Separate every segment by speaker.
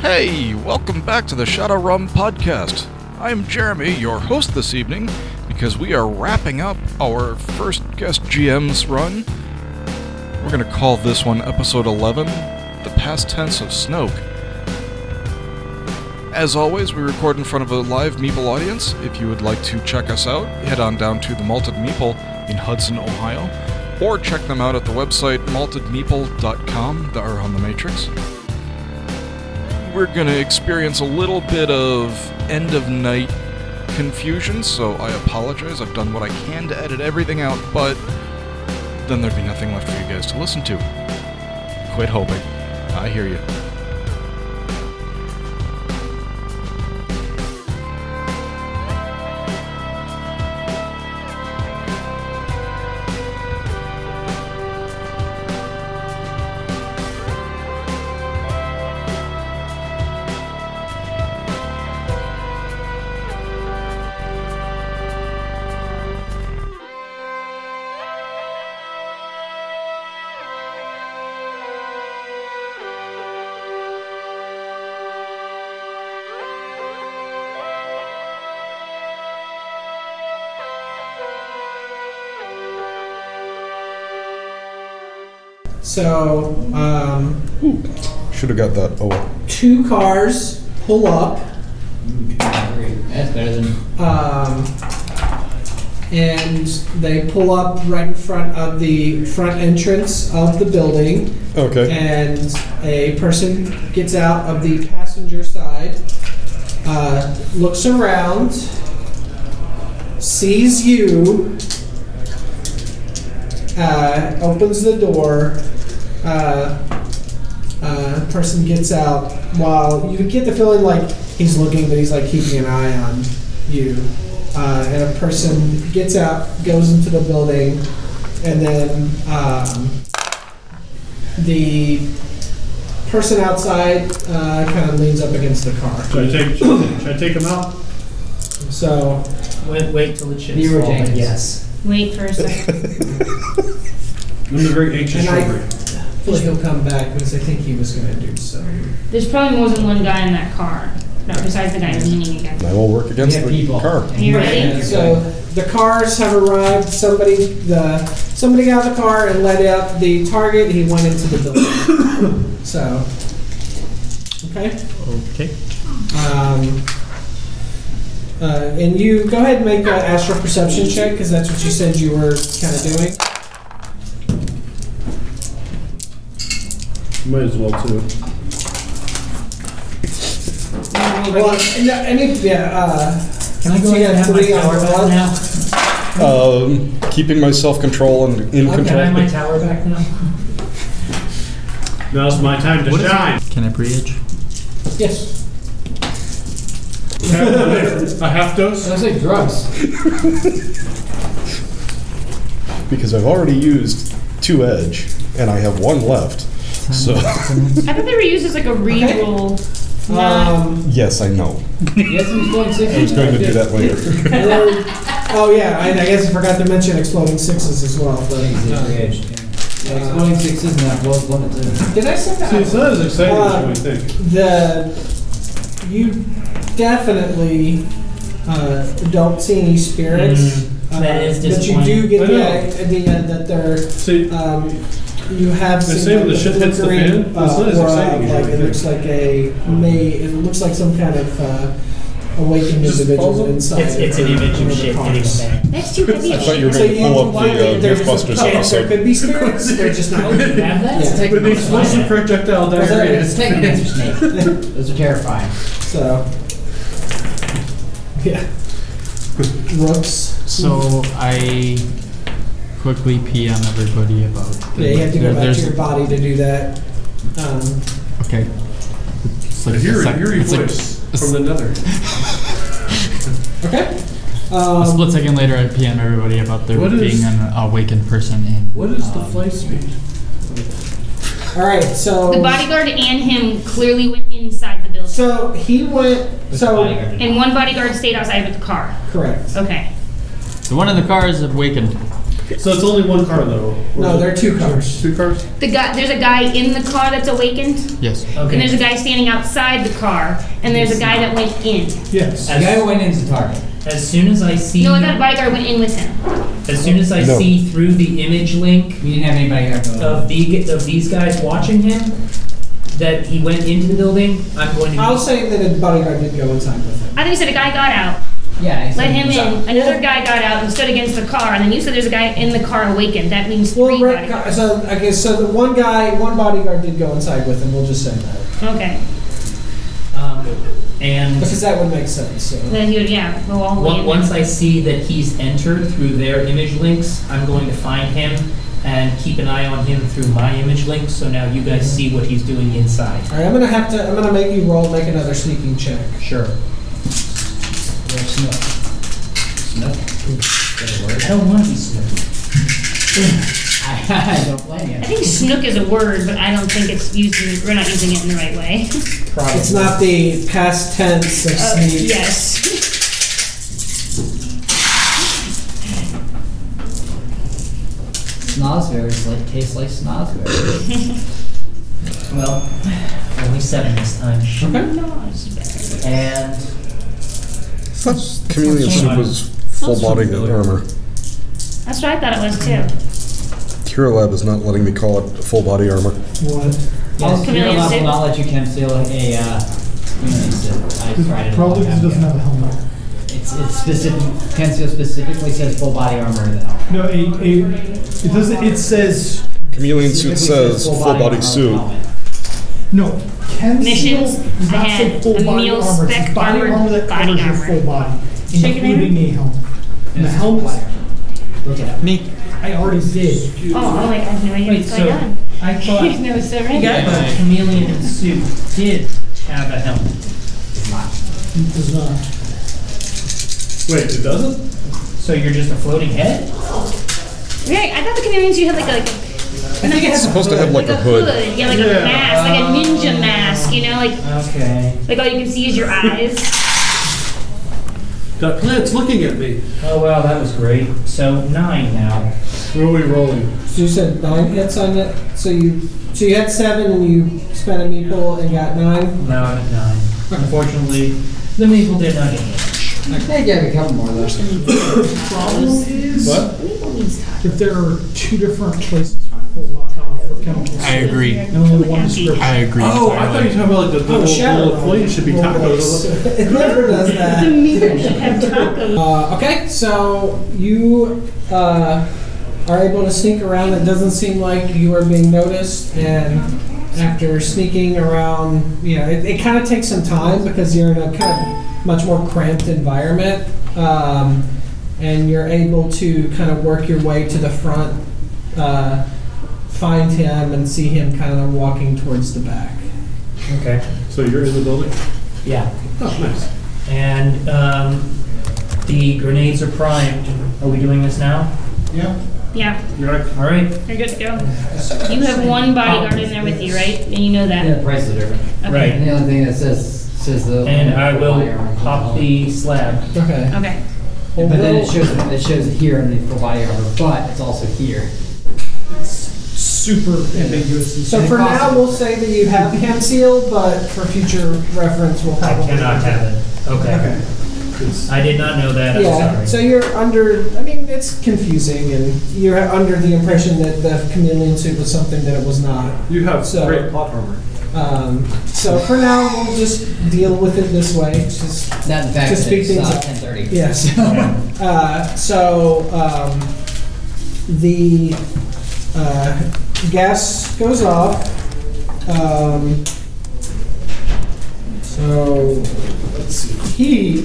Speaker 1: Hey, welcome back to the Shadow Rum Podcast. I'm Jeremy, your host this evening, because we are wrapping up our first guest GM's run. We're going to call this one Episode 11 The Past Tense of Snoke. As always, we record in front of a live Meeple audience. If you would like to check us out, head on down to the Malted Meeple in Hudson, Ohio, or check them out at the website maltedmeeple.com that are on the Matrix we're going to experience a little bit of end of night confusion, so I apologize. I've done what I can to edit everything out, but then there'd be nothing left for you guys to listen to. Quit hoping. I hear you.
Speaker 2: So, um,
Speaker 3: Should have got that. Oh,
Speaker 2: two cars pull up,
Speaker 4: That's better than
Speaker 2: um, and they pull up right in front of the front entrance of the building,
Speaker 3: okay.
Speaker 2: and a person gets out of the passenger side, uh, looks around, sees you, uh, opens the door. Uh, uh, person gets out while you get the feeling like he's looking, but he's like keeping an eye on you. Uh, and a person gets out, goes into the building, and then um, the person outside uh, kind of leans up against the car.
Speaker 5: Should I take, should I take him out?
Speaker 2: So
Speaker 4: wait. Wait till the chips
Speaker 2: You were
Speaker 4: fall
Speaker 2: taking-
Speaker 4: in.
Speaker 2: yes.
Speaker 6: Wait for a second.
Speaker 5: I'm a very anxious
Speaker 2: And I-
Speaker 5: shopper.
Speaker 2: I feel like he'll come back because I think he was going to do so.
Speaker 6: There's probably more than one guy in that car. No, besides the guy leaning against.
Speaker 3: I will work against
Speaker 4: Yeah,
Speaker 3: the
Speaker 4: people.
Speaker 3: car.
Speaker 6: Are you ready?
Speaker 2: So the cars have arrived. Somebody, the somebody got out of the car and let out the target. He went into the building. so, okay.
Speaker 5: Okay.
Speaker 2: Um, uh, and you go ahead and make an astral perception check because that's what you said you were kind of doing.
Speaker 5: Might as well too.
Speaker 2: Well, no, any yeah. Uh,
Speaker 4: Can I go
Speaker 2: so you
Speaker 4: ahead
Speaker 2: got
Speaker 4: and have my
Speaker 2: three on
Speaker 4: tower
Speaker 2: the
Speaker 4: back
Speaker 2: left.
Speaker 4: now?
Speaker 3: Um, keeping my self control and in
Speaker 4: Can I have my
Speaker 3: control.
Speaker 4: tower back now?
Speaker 5: Now's my time to shine.
Speaker 4: Can I bridge?
Speaker 2: Yes.
Speaker 5: A half dose?
Speaker 4: Sounds like drugs.
Speaker 3: Because I've already used two edge and I have one left. So,
Speaker 6: I thought they were used as like a re-roll. Not-
Speaker 2: Um,
Speaker 3: yes, I know.
Speaker 4: Yes, I'm going six.
Speaker 3: I was going to do that later.
Speaker 2: or- oh yeah, I, I guess I forgot to mention exploding sixes as well. But, uh,
Speaker 4: Exploding six isn't that blows one at two.
Speaker 2: did I send that?
Speaker 5: See, it's not as exciting as you would think.
Speaker 2: the you definitely uh, don't see any spirits.
Speaker 5: Mm-hmm.
Speaker 2: uh,
Speaker 4: Mm, that is
Speaker 2: But you do get the,
Speaker 5: disappointing.
Speaker 2: idea that they're
Speaker 5: See,
Speaker 2: um, you have
Speaker 5: They
Speaker 2: seen
Speaker 5: say when
Speaker 2: like
Speaker 5: the shit hits the
Speaker 2: flickering, uh,
Speaker 5: fan, it's not as
Speaker 2: aura of,
Speaker 5: exciting as you
Speaker 2: like
Speaker 5: would
Speaker 2: it
Speaker 5: think.
Speaker 2: looks like a may it looks like some kind of uh, awakened
Speaker 5: Just
Speaker 2: individual
Speaker 5: follow them.
Speaker 2: inside.
Speaker 4: It's, it's an image of shit hitting
Speaker 2: cars.
Speaker 4: the
Speaker 6: That's too heavy.
Speaker 3: I
Speaker 6: of
Speaker 3: thought you were
Speaker 6: shit.
Speaker 2: So
Speaker 3: going to
Speaker 2: you
Speaker 3: pull up
Speaker 2: wonder
Speaker 3: the uh,
Speaker 2: if there's a
Speaker 3: Mythbusters
Speaker 2: chance There
Speaker 3: episode.
Speaker 2: could be spirits. They're just not.
Speaker 4: bank. have that?
Speaker 2: Yeah.
Speaker 4: It's taking
Speaker 5: with the
Speaker 4: a
Speaker 5: explosive
Speaker 4: flashlight.
Speaker 5: projectile diarrhea.
Speaker 4: It's taking an extra snake. Those are terrifying.
Speaker 2: So, yeah. Whoops.
Speaker 7: So I quickly PM everybody about.
Speaker 2: Yeah, you have to
Speaker 7: there-
Speaker 2: go back
Speaker 7: there's-
Speaker 2: to your body to do that. Um,
Speaker 7: Okay. It's like
Speaker 5: I hear
Speaker 7: a
Speaker 5: a
Speaker 7: sec-
Speaker 5: eerie
Speaker 7: it's like
Speaker 5: voice
Speaker 7: a
Speaker 5: from the nether.
Speaker 2: okay.
Speaker 7: a
Speaker 2: Um,
Speaker 7: split second later, I PM everybody about there
Speaker 5: What
Speaker 7: being
Speaker 5: is-
Speaker 7: an awakened person in.
Speaker 5: What is the
Speaker 7: um,
Speaker 5: flight speed?
Speaker 2: all right. So
Speaker 6: The bodyguard and him clearly went inside the building,
Speaker 2: So he went. So
Speaker 4: Bodyguard.
Speaker 6: and one bodyguard stayed outside with the car.
Speaker 2: correct.
Speaker 6: Okay.
Speaker 7: The one in the car is awakened.
Speaker 5: So it's only one car though? or
Speaker 2: No,
Speaker 5: is it-
Speaker 2: there are two cars.
Speaker 5: Two cars?
Speaker 6: The guy, there's a guy in the car that's awakened,
Speaker 7: Yes.
Speaker 6: and there's a
Speaker 4: Okay.
Speaker 6: guy standing outside the car, and there's a guy that went in.
Speaker 2: Yes.
Speaker 4: The guy went into Target.
Speaker 8: As soon as I see,
Speaker 6: No, that bodyguard went in with him.
Speaker 8: as soon as I
Speaker 3: No.
Speaker 8: see through the image link
Speaker 4: We didn't have anybody that go.
Speaker 8: of the of these guys watching him that he went into the building, I'm going to.
Speaker 2: I'll say that a bodyguard did go inside with him.
Speaker 6: I thought you said a guy got out,
Speaker 4: yeah. I
Speaker 6: let
Speaker 4: said-
Speaker 6: him in, another guy got out and stood against the car, and then you said there's a guy in the car awakened. That means three
Speaker 2: Well, Rick,
Speaker 6: bodyguards.
Speaker 2: so I guess so. The one guy, one bodyguard did go inside with him. We'll just say that
Speaker 6: Okay.
Speaker 8: Um, and
Speaker 2: because that would make sense. So.
Speaker 6: Then he would, yeah, go all the way
Speaker 8: on-
Speaker 6: in.
Speaker 8: once I see that he's entered through their image links, I'm going to find him and keep an eye on him through my image links. So now you
Speaker 4: Mm-hmm.
Speaker 8: guys see what he's doing inside.
Speaker 2: All right, I'm gonna have to. I'm gonna make you roll, make another sneaking check.
Speaker 8: Sure.
Speaker 4: There's Snook. Snook? Is that a word?
Speaker 8: I don't want to be snoopy.
Speaker 4: I don't blame you.
Speaker 6: I think snook is a word, but I don't think it's used. In, we're not using it in the right way.
Speaker 8: Probably.
Speaker 2: It's not the past tense of
Speaker 6: Uh,
Speaker 2: sneak.
Speaker 6: yes.
Speaker 4: Snozberries like taste like snozberries.
Speaker 8: Well, only seven this time. And
Speaker 3: Chameleon Soup was full bodied in armor.
Speaker 6: That's what I thought it was too.
Speaker 3: Hero Lab is not letting me call it full body armor.
Speaker 2: What?
Speaker 4: Yes,
Speaker 6: Oh, Chameleon
Speaker 4: your level
Speaker 6: suit.
Speaker 4: knowledge, you can feel a, uh, chameleon suit. uh, I tried it a long
Speaker 9: Probably because
Speaker 4: time
Speaker 9: it doesn't
Speaker 4: ago.
Speaker 9: have a helmet.
Speaker 4: It's, it's specific, Kenzo specifically says full body armor in the helmet.
Speaker 9: No, it, it, it doesn't. It says
Speaker 3: Chameleon Suit
Speaker 4: Specifically
Speaker 3: says full body
Speaker 4: armor
Speaker 3: suit.
Speaker 4: helmet.
Speaker 9: no. Ken's
Speaker 6: Missions,
Speaker 9: seal does
Speaker 6: I
Speaker 9: not say
Speaker 6: had
Speaker 9: full
Speaker 6: a
Speaker 9: body
Speaker 6: meal
Speaker 9: armor. It's
Speaker 6: spec
Speaker 9: body
Speaker 6: armored
Speaker 9: armor that
Speaker 6: body
Speaker 9: covers your
Speaker 6: armor.
Speaker 9: full body,
Speaker 6: Shake your name?
Speaker 9: including a helmet. And the
Speaker 4: It's
Speaker 9: helmet,
Speaker 4: full body armor. Look it up.
Speaker 9: Nick, I already did.
Speaker 6: Oh, oh, wait, I have no idea
Speaker 8: Wait,
Speaker 6: what's
Speaker 8: so
Speaker 6: going on.
Speaker 8: I thought
Speaker 6: no, it's so random.
Speaker 8: yeah, but chameleon suit did have a helmet.
Speaker 9: It does not.
Speaker 5: Wait, it doesn't?
Speaker 8: So you're just a floating head?
Speaker 6: Right, I thought the chameleons you had like a, like a
Speaker 2: I think it's
Speaker 3: Supposed to have like a hood.
Speaker 6: yeah, like a
Speaker 5: Yeah.
Speaker 6: mask, like a ninja mask. You know, like
Speaker 8: Okay.
Speaker 6: like all you can see is your eyes.
Speaker 5: That plant's looking at me.
Speaker 8: Oh wow, that was great. So nine now.
Speaker 5: Where are we rolling?
Speaker 2: So you said nine hits on it. So you so you had seven and you spent a meeple and got nine.
Speaker 8: Now I'm at nine. Unfortunately, the maple did not get hit.
Speaker 4: They gave a couple more though.
Speaker 5: What?
Speaker 9: If there are two different places for full uh, for chemicals,
Speaker 7: I agree.
Speaker 9: and only one is for
Speaker 7: I agree.
Speaker 5: Oh, I thought you were talking about like the the
Speaker 2: Oh, shadow.
Speaker 5: little little plate should be tacos.
Speaker 2: It never does that. Uh, okay, so you uh, are able to sneak around. It doesn't seem like you are being noticed, and after sneaking around, you know, it, it kind of takes some time because you're in a kind of much more cramped environment, um, and you're able to kind of work your way to the front, uh, find him, and see him kind of walking towards the back.
Speaker 8: Okay.
Speaker 5: So you're in the building?
Speaker 8: Yeah.
Speaker 5: Oh, nice.
Speaker 8: And um, the grenades are primed. Are we doing this now?
Speaker 5: Yeah.
Speaker 6: Yeah,
Speaker 5: You're like,
Speaker 8: All right.
Speaker 6: you're good to go. You have one bodyguard in there with you, right? And you know that.
Speaker 4: And the prices are different.
Speaker 8: Right.
Speaker 4: And the only thing that says, says the.
Speaker 8: And I
Speaker 4: full body
Speaker 8: will
Speaker 4: armor is
Speaker 8: pop
Speaker 4: helmet.
Speaker 8: the slab.
Speaker 2: Okay.
Speaker 6: Okay.
Speaker 4: But then
Speaker 2: Oh.
Speaker 4: it shows, it shows it here in the full body armor, but it's also here.
Speaker 9: super ambiguous.
Speaker 2: So for now, we'll say that you have him sealed, but for future reference, we'll
Speaker 8: I
Speaker 2: probably.
Speaker 8: cannot have it. Okay. I did not know that. I'm
Speaker 2: Yeah,
Speaker 8: sorry.
Speaker 2: so you're under, I mean, it's confusing, and you're under the impression that the chameleon suit was something that it was not.
Speaker 5: you have
Speaker 2: So-
Speaker 5: great plot armor.
Speaker 2: Um, So for now, we'll just deal with it this way, just,
Speaker 4: Not in fact,
Speaker 2: Just speak
Speaker 4: it's
Speaker 2: things
Speaker 4: not
Speaker 2: up.
Speaker 4: ten thirty.
Speaker 2: yeah, so, uh, so, um, the, uh, gas goes off. Um, So, let's see, he,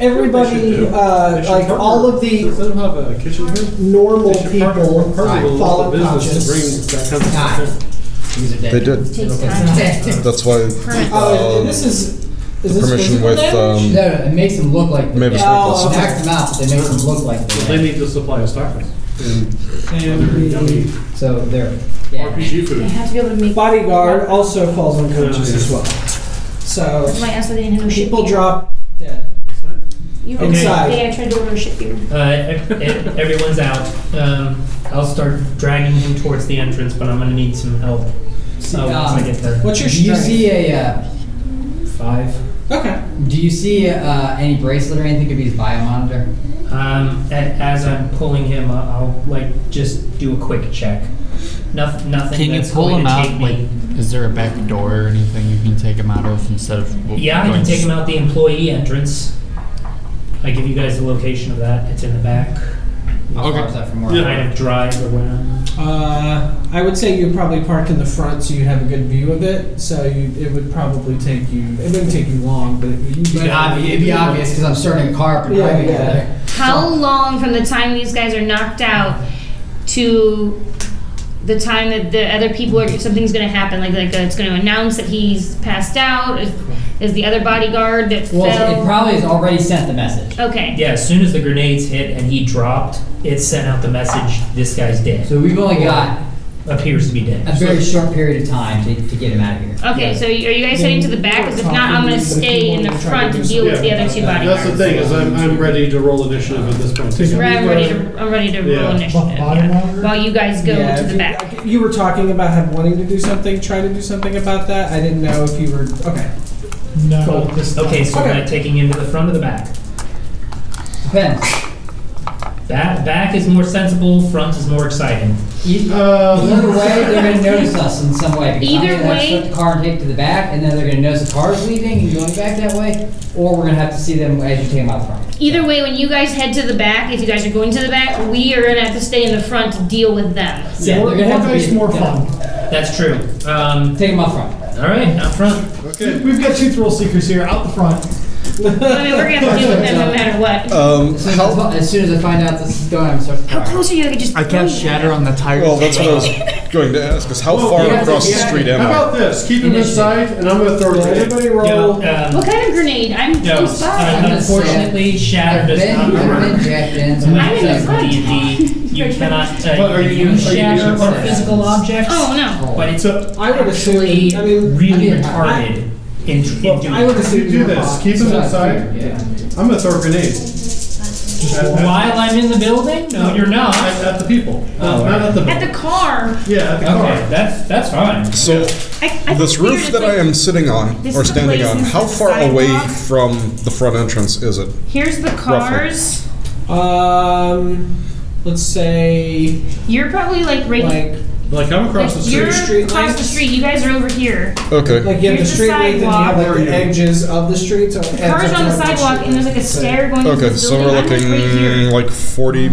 Speaker 2: everybody,
Speaker 5: do.
Speaker 2: uh,
Speaker 5: They should
Speaker 2: like,
Speaker 5: partner.
Speaker 2: all of the
Speaker 5: Does them have a kitchen here?
Speaker 2: normal
Speaker 5: They should partner-
Speaker 2: people
Speaker 5: partner with a
Speaker 2: follow
Speaker 5: local business
Speaker 2: conscious.
Speaker 5: To bring that kind of stuff in.
Speaker 4: These are dead.
Speaker 3: They did.
Speaker 6: Takes time.
Speaker 3: That's why
Speaker 2: Oh,
Speaker 3: um,
Speaker 2: this is, is this
Speaker 3: permission
Speaker 2: physical
Speaker 3: with
Speaker 2: damage?
Speaker 4: No,
Speaker 3: um,
Speaker 4: no, it makes them look like.
Speaker 3: Mavis
Speaker 4: Yeah.
Speaker 2: Oh,
Speaker 3: Nichols.
Speaker 2: okay.
Speaker 4: Knocks them out, but they make them look like.
Speaker 5: But
Speaker 4: they're
Speaker 5: they need
Speaker 4: dead.
Speaker 5: to supply us tacos and
Speaker 2: And
Speaker 5: other yummy
Speaker 2: the
Speaker 4: So they're. Yeah.
Speaker 5: RPG
Speaker 6: I
Speaker 5: food.
Speaker 6: have to be able to make.
Speaker 2: bodyguard also falls unconscious as well.
Speaker 6: That's
Speaker 2: So
Speaker 6: why I asked why they didn't have no shit.
Speaker 2: people
Speaker 6: here.
Speaker 2: drop dead.
Speaker 6: You you
Speaker 8: Okay.
Speaker 2: Inside.
Speaker 6: Hey, I tried to order shit here.
Speaker 8: Uh, e- e- everyone's out. Um, I'll start dragging him towards the entrance, but I'm gonna need some help. So once I get there,
Speaker 2: What's your
Speaker 4: Do you
Speaker 2: strength?
Speaker 4: see a, uh,
Speaker 8: five.
Speaker 2: Okay.
Speaker 4: do you see uh, any bracelet or anything could be his biomonitor?
Speaker 8: Um, a- as I'm pulling him, I'll, I'll like just do a quick check. Nothing. Nothing.
Speaker 7: Can you
Speaker 8: that's
Speaker 7: pull
Speaker 8: going
Speaker 7: him
Speaker 8: to
Speaker 7: out?
Speaker 8: take
Speaker 7: Like,
Speaker 8: me-
Speaker 7: is there a back door or anything you can take him out of instead of? w-
Speaker 8: Yeah, I
Speaker 7: going
Speaker 8: can take
Speaker 7: s-
Speaker 8: him out the employee entrance. I give you guys the location of that. It's in the back.
Speaker 4: How
Speaker 7: Okay.
Speaker 4: far is that from where I am?
Speaker 8: Kind of drive or whatever.
Speaker 2: Uh, I would say you probably park in the front so you have a good view of it. So you, it would probably take you. It wouldn't take you long, but you
Speaker 4: It'd be obvious- it'd be obvious because I'm starting a car, but
Speaker 2: Yeah,
Speaker 4: driving
Speaker 2: yeah.
Speaker 4: over there.
Speaker 6: How long from the time these guys are knocked out to the time that the other people are something's going to happen? Like like uh, it's going to announce that he's passed out. Is, is the other bodyguard that
Speaker 4: Well,
Speaker 6: fell?
Speaker 4: it probably has already sent the message.
Speaker 6: okay.
Speaker 8: Yeah, as soon as the grenades hit and he dropped, it sent out the message: "This guy's dead.
Speaker 4: So we've only got
Speaker 8: Appears to be
Speaker 4: a
Speaker 8: dead."
Speaker 4: very short period of time to, to get him out of here.
Speaker 6: Okay, so you- are you guys heading to the back? Because if not, I'm going to stay in the front to deal with the other two
Speaker 5: That's the
Speaker 6: bodyguards.
Speaker 5: thing, is I'm, I'm ready to roll initiative at this point.
Speaker 6: Right, I'm ready to, I'm ready to roll
Speaker 5: Yeah.
Speaker 6: initiative. Yeah. While you guys go
Speaker 2: Yeah,
Speaker 6: to
Speaker 2: if
Speaker 6: the
Speaker 2: you-
Speaker 6: back.
Speaker 2: I- You were talking about him wanting to do something, trying to do something about that. I didn't know if you were okay.
Speaker 8: Cool.
Speaker 9: No, this
Speaker 8: Okay, so
Speaker 2: Okay.
Speaker 8: am I taking him to the front or the back?
Speaker 4: Depends.
Speaker 8: Back, back is more sensible. Front is more exciting.
Speaker 4: E- Either
Speaker 5: Uh,
Speaker 4: way, they're going to notice us in some way. because I'm
Speaker 6: Either
Speaker 4: either have to
Speaker 6: way-
Speaker 4: flip the car and take to the back, and then they're going to notice the car's leaving and going back that way, or we're going to have to see them as you take them out front.
Speaker 6: Either way, when you guys head to the back, if you guys are going to the back, we are gonna have to stay in the front to deal with them.
Speaker 8: Yeah,
Speaker 4: they're
Speaker 9: more,
Speaker 4: gonna
Speaker 9: more
Speaker 4: have to
Speaker 9: dice,
Speaker 4: be-
Speaker 9: more
Speaker 4: yeah.
Speaker 9: fun.
Speaker 8: That's true. Um,
Speaker 4: Take them out front.
Speaker 8: all right, out front.
Speaker 5: okay.
Speaker 9: We've got two thrill seekers here out the front.
Speaker 6: I mean, we're gonna have to deal with them no matter what.
Speaker 3: Um,
Speaker 4: As soon as,
Speaker 3: how,
Speaker 4: as soon as I find out this is going, I'm starting to
Speaker 6: How
Speaker 4: fire.
Speaker 6: close are you? I could just.
Speaker 7: I can't shatter on the tires.
Speaker 3: well, that's what I was going to ask. Is how far
Speaker 5: yeah,
Speaker 3: across the
Speaker 5: yeah.
Speaker 3: street
Speaker 5: How
Speaker 3: am I?
Speaker 5: about this? Keep him inside, and I'm gonna throw a grenade.
Speaker 2: Everybody roll.
Speaker 8: Yeah, um,
Speaker 6: What kind of grenade? I'm
Speaker 8: no,
Speaker 6: I'm sorry.
Speaker 8: uh, unfortunately,
Speaker 4: I've
Speaker 8: shatter does
Speaker 4: been,
Speaker 8: not
Speaker 4: I've been
Speaker 8: work.
Speaker 4: jacked in. so
Speaker 6: I'm in the
Speaker 4: gonna-
Speaker 6: front.
Speaker 8: D&D, you cannot
Speaker 5: Well,
Speaker 8: uh,
Speaker 5: are
Speaker 8: you
Speaker 5: you-
Speaker 8: use
Speaker 5: are you
Speaker 8: shatter
Speaker 5: using-
Speaker 8: or physical objects.
Speaker 6: Oh no.
Speaker 8: But it's
Speaker 2: I would assume-
Speaker 8: actually
Speaker 2: I mean-
Speaker 8: really
Speaker 4: I mean, I-
Speaker 8: retarded. in, in doing
Speaker 2: I would assume
Speaker 5: You do
Speaker 2: were
Speaker 5: this.
Speaker 2: hot.
Speaker 5: Keep him
Speaker 4: so I-
Speaker 5: inside.
Speaker 4: Yeah.
Speaker 5: I'm gonna throw a grenade. At- at-
Speaker 8: While I'm in the building? No, you're not.
Speaker 5: At, at the people.
Speaker 8: Oh,
Speaker 5: not at the.
Speaker 6: At the car.
Speaker 5: yeah, at the
Speaker 8: Okay,
Speaker 5: car.
Speaker 8: that's that's fine.
Speaker 3: So
Speaker 6: I, I
Speaker 3: this
Speaker 6: figured
Speaker 3: roof
Speaker 6: it's
Speaker 3: that
Speaker 6: like-
Speaker 3: I am sitting on
Speaker 6: This
Speaker 3: or
Speaker 6: is the
Speaker 3: standing
Speaker 6: place,
Speaker 3: on,
Speaker 6: this is
Speaker 3: how
Speaker 6: the
Speaker 3: far away
Speaker 6: sidewalk.
Speaker 3: from the front entrance is it?
Speaker 6: Here's the cars.
Speaker 2: Um, let's say
Speaker 6: You're probably like right.
Speaker 2: like
Speaker 5: Like I'm across the
Speaker 6: like, you're
Speaker 5: street.
Speaker 2: Street
Speaker 6: across
Speaker 2: lights.
Speaker 6: the street. You guys are over here.
Speaker 3: Okay.
Speaker 2: like you have the
Speaker 6: Here's the
Speaker 2: street length and you have like the
Speaker 5: sidewalk.
Speaker 2: edges of the street. So it
Speaker 6: The
Speaker 2: adds
Speaker 6: cars
Speaker 2: up to
Speaker 6: are on the
Speaker 2: how much
Speaker 6: sidewalk,
Speaker 2: you-
Speaker 6: and there's like a
Speaker 2: so-
Speaker 6: stair going. into
Speaker 3: Okay,
Speaker 6: the
Speaker 3: so we're
Speaker 6: building. I'm just right
Speaker 3: looking
Speaker 6: here. Um,
Speaker 3: like 40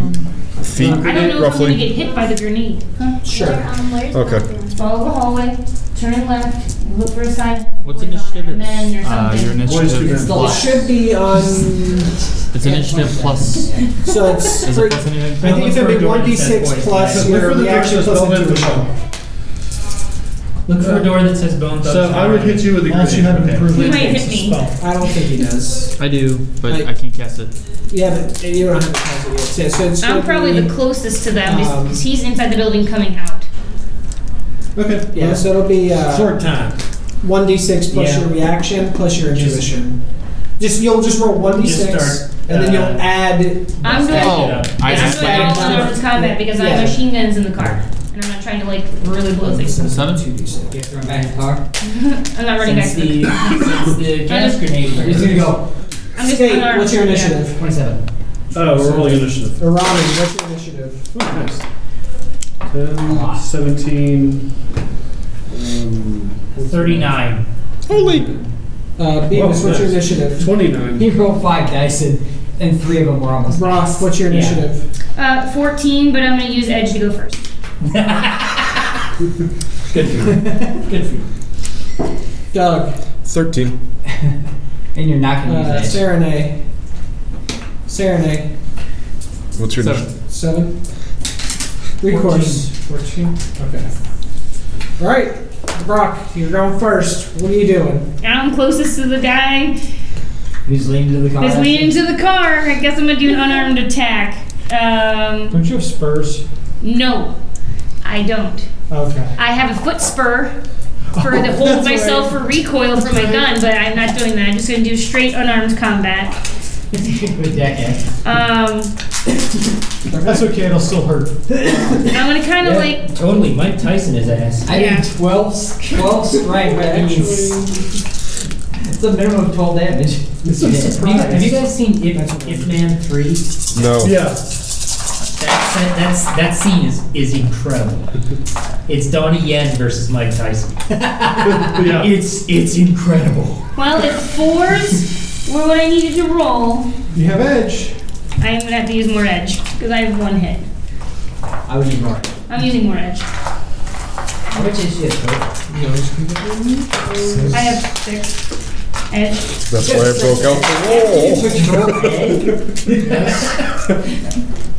Speaker 3: feet,
Speaker 6: I don't know if I'm gonna
Speaker 3: roughly.
Speaker 6: get hit by the grenade. Huh?
Speaker 2: Sure.
Speaker 3: Okay.
Speaker 6: Follow the hallway, turn left, look for a sign.
Speaker 7: What's
Speaker 6: hold on,
Speaker 7: initiative?
Speaker 6: And then there's
Speaker 7: Uh, your
Speaker 6: something.
Speaker 7: initiative.
Speaker 5: Boys
Speaker 7: Is
Speaker 5: do
Speaker 4: Still
Speaker 2: It should be on.
Speaker 7: it's initiative plus.
Speaker 2: So it's
Speaker 7: Is
Speaker 2: for,
Speaker 7: it plus anything?
Speaker 2: I think it's gonna be one d six plus
Speaker 5: Look
Speaker 2: your
Speaker 5: for the door
Speaker 2: reaction
Speaker 5: that says
Speaker 2: plus
Speaker 5: bone
Speaker 2: intuition.
Speaker 5: thugs.
Speaker 8: Look for a door that says bone thugs.
Speaker 5: So I would hit you with a
Speaker 9: Unless you
Speaker 5: grenade.
Speaker 9: have an
Speaker 5: okay.
Speaker 9: improvement.
Speaker 6: You might hit me.
Speaker 2: I don't think he does.
Speaker 7: I do, but
Speaker 2: I-
Speaker 7: I, can cast it.
Speaker 2: Yeah, but you don't have to pass it yet. Yeah, so it's
Speaker 6: I'm
Speaker 2: gonna
Speaker 6: probably
Speaker 2: be-
Speaker 6: the closest to them
Speaker 2: Um,
Speaker 6: because he's inside the building coming out.
Speaker 5: Okay.
Speaker 2: Yeah, so it'll be uh,
Speaker 5: Short time.
Speaker 2: one d six plus
Speaker 8: Yeah.
Speaker 2: your reaction plus your
Speaker 8: Just-
Speaker 2: intuition. Just you'll just roll one d
Speaker 8: Just
Speaker 2: six,
Speaker 8: start,
Speaker 2: and then
Speaker 8: uh,
Speaker 2: you'll add.
Speaker 6: I'm doing.
Speaker 7: Oh, I
Speaker 6: I'm
Speaker 7: just
Speaker 6: doing all in
Speaker 2: went-
Speaker 6: arms combat because I
Speaker 2: Yeah.
Speaker 6: have machine guns in the car, and I'm not trying to like really blow things.
Speaker 7: Seven?
Speaker 2: Two d six.
Speaker 4: You have to run back in the car.
Speaker 6: I'm not running back.
Speaker 8: Since
Speaker 6: to the-
Speaker 8: the, since the gas grenade.
Speaker 4: You're just going to go
Speaker 6: I'm just
Speaker 2: Hey,
Speaker 6: unarmed,
Speaker 2: what's your
Speaker 6: yeah.
Speaker 2: initiative?
Speaker 4: 27.
Speaker 5: Oh, we're rolling initiative.
Speaker 2: Or Rami, what's your initiative?
Speaker 5: Oh, nice. 10, 17, um,
Speaker 8: 39.
Speaker 3: Holy.
Speaker 2: Uh, Beavis,
Speaker 5: Whoa,
Speaker 2: what's your
Speaker 5: nice.
Speaker 2: initiative?
Speaker 5: 29.
Speaker 4: He rolled five dice, and, and three of them were almost.
Speaker 2: Roth, what's your
Speaker 8: Yeah.
Speaker 2: initiative?
Speaker 6: Uh, 14, but I'm gonna use edge to go first.
Speaker 8: Good for you. Good for you.
Speaker 2: Doug,
Speaker 3: 13.
Speaker 4: And you're not going to
Speaker 2: uh,
Speaker 4: use that.
Speaker 2: Serenade. Serenade,
Speaker 3: What's your
Speaker 7: Seven.
Speaker 3: initiative?
Speaker 2: seven. Recourse. 14. Okay. All right, Brock, you're going first. What are you doing?
Speaker 6: I'm closest to the guy
Speaker 4: Who's leaning to the car?
Speaker 6: that's leading to the car. I guess I'm gonna do an unarmed attack. Um,
Speaker 9: Don't you have spurs?
Speaker 6: no, I don't.
Speaker 9: Okay.
Speaker 6: I have a foot spur for to hold myself for recoil for my gun, but I'm not doing that. I'm just gonna do straight unarmed combat.
Speaker 4: Good decade.
Speaker 8: eh?
Speaker 6: Um,
Speaker 9: That's okay, it'll still hurt.
Speaker 6: I'm gonna kind of
Speaker 8: Yeah,
Speaker 6: like
Speaker 8: totally. Mike Tyson is ass.
Speaker 4: I
Speaker 6: Yeah.
Speaker 4: need 12, 12 strike, that means. It's a minimum of 12 damage.
Speaker 9: It's a surprise.
Speaker 8: Have you guys seen If, if Man 3? That,
Speaker 3: No.
Speaker 9: Yeah.
Speaker 8: that, that's, that scene is, is incredible. It's Donnie Yen versus Mike Tyson.
Speaker 9: Yeah.
Speaker 8: It's, it's incredible.
Speaker 6: well, if fours were what I needed to roll,
Speaker 9: You have edge.
Speaker 6: I am gonna have to use more edge because I have one hit.
Speaker 4: I would ignore it.
Speaker 6: I'm using more edge.
Speaker 4: How much is it?
Speaker 6: I have six edge.
Speaker 3: That's why I broke out the wall.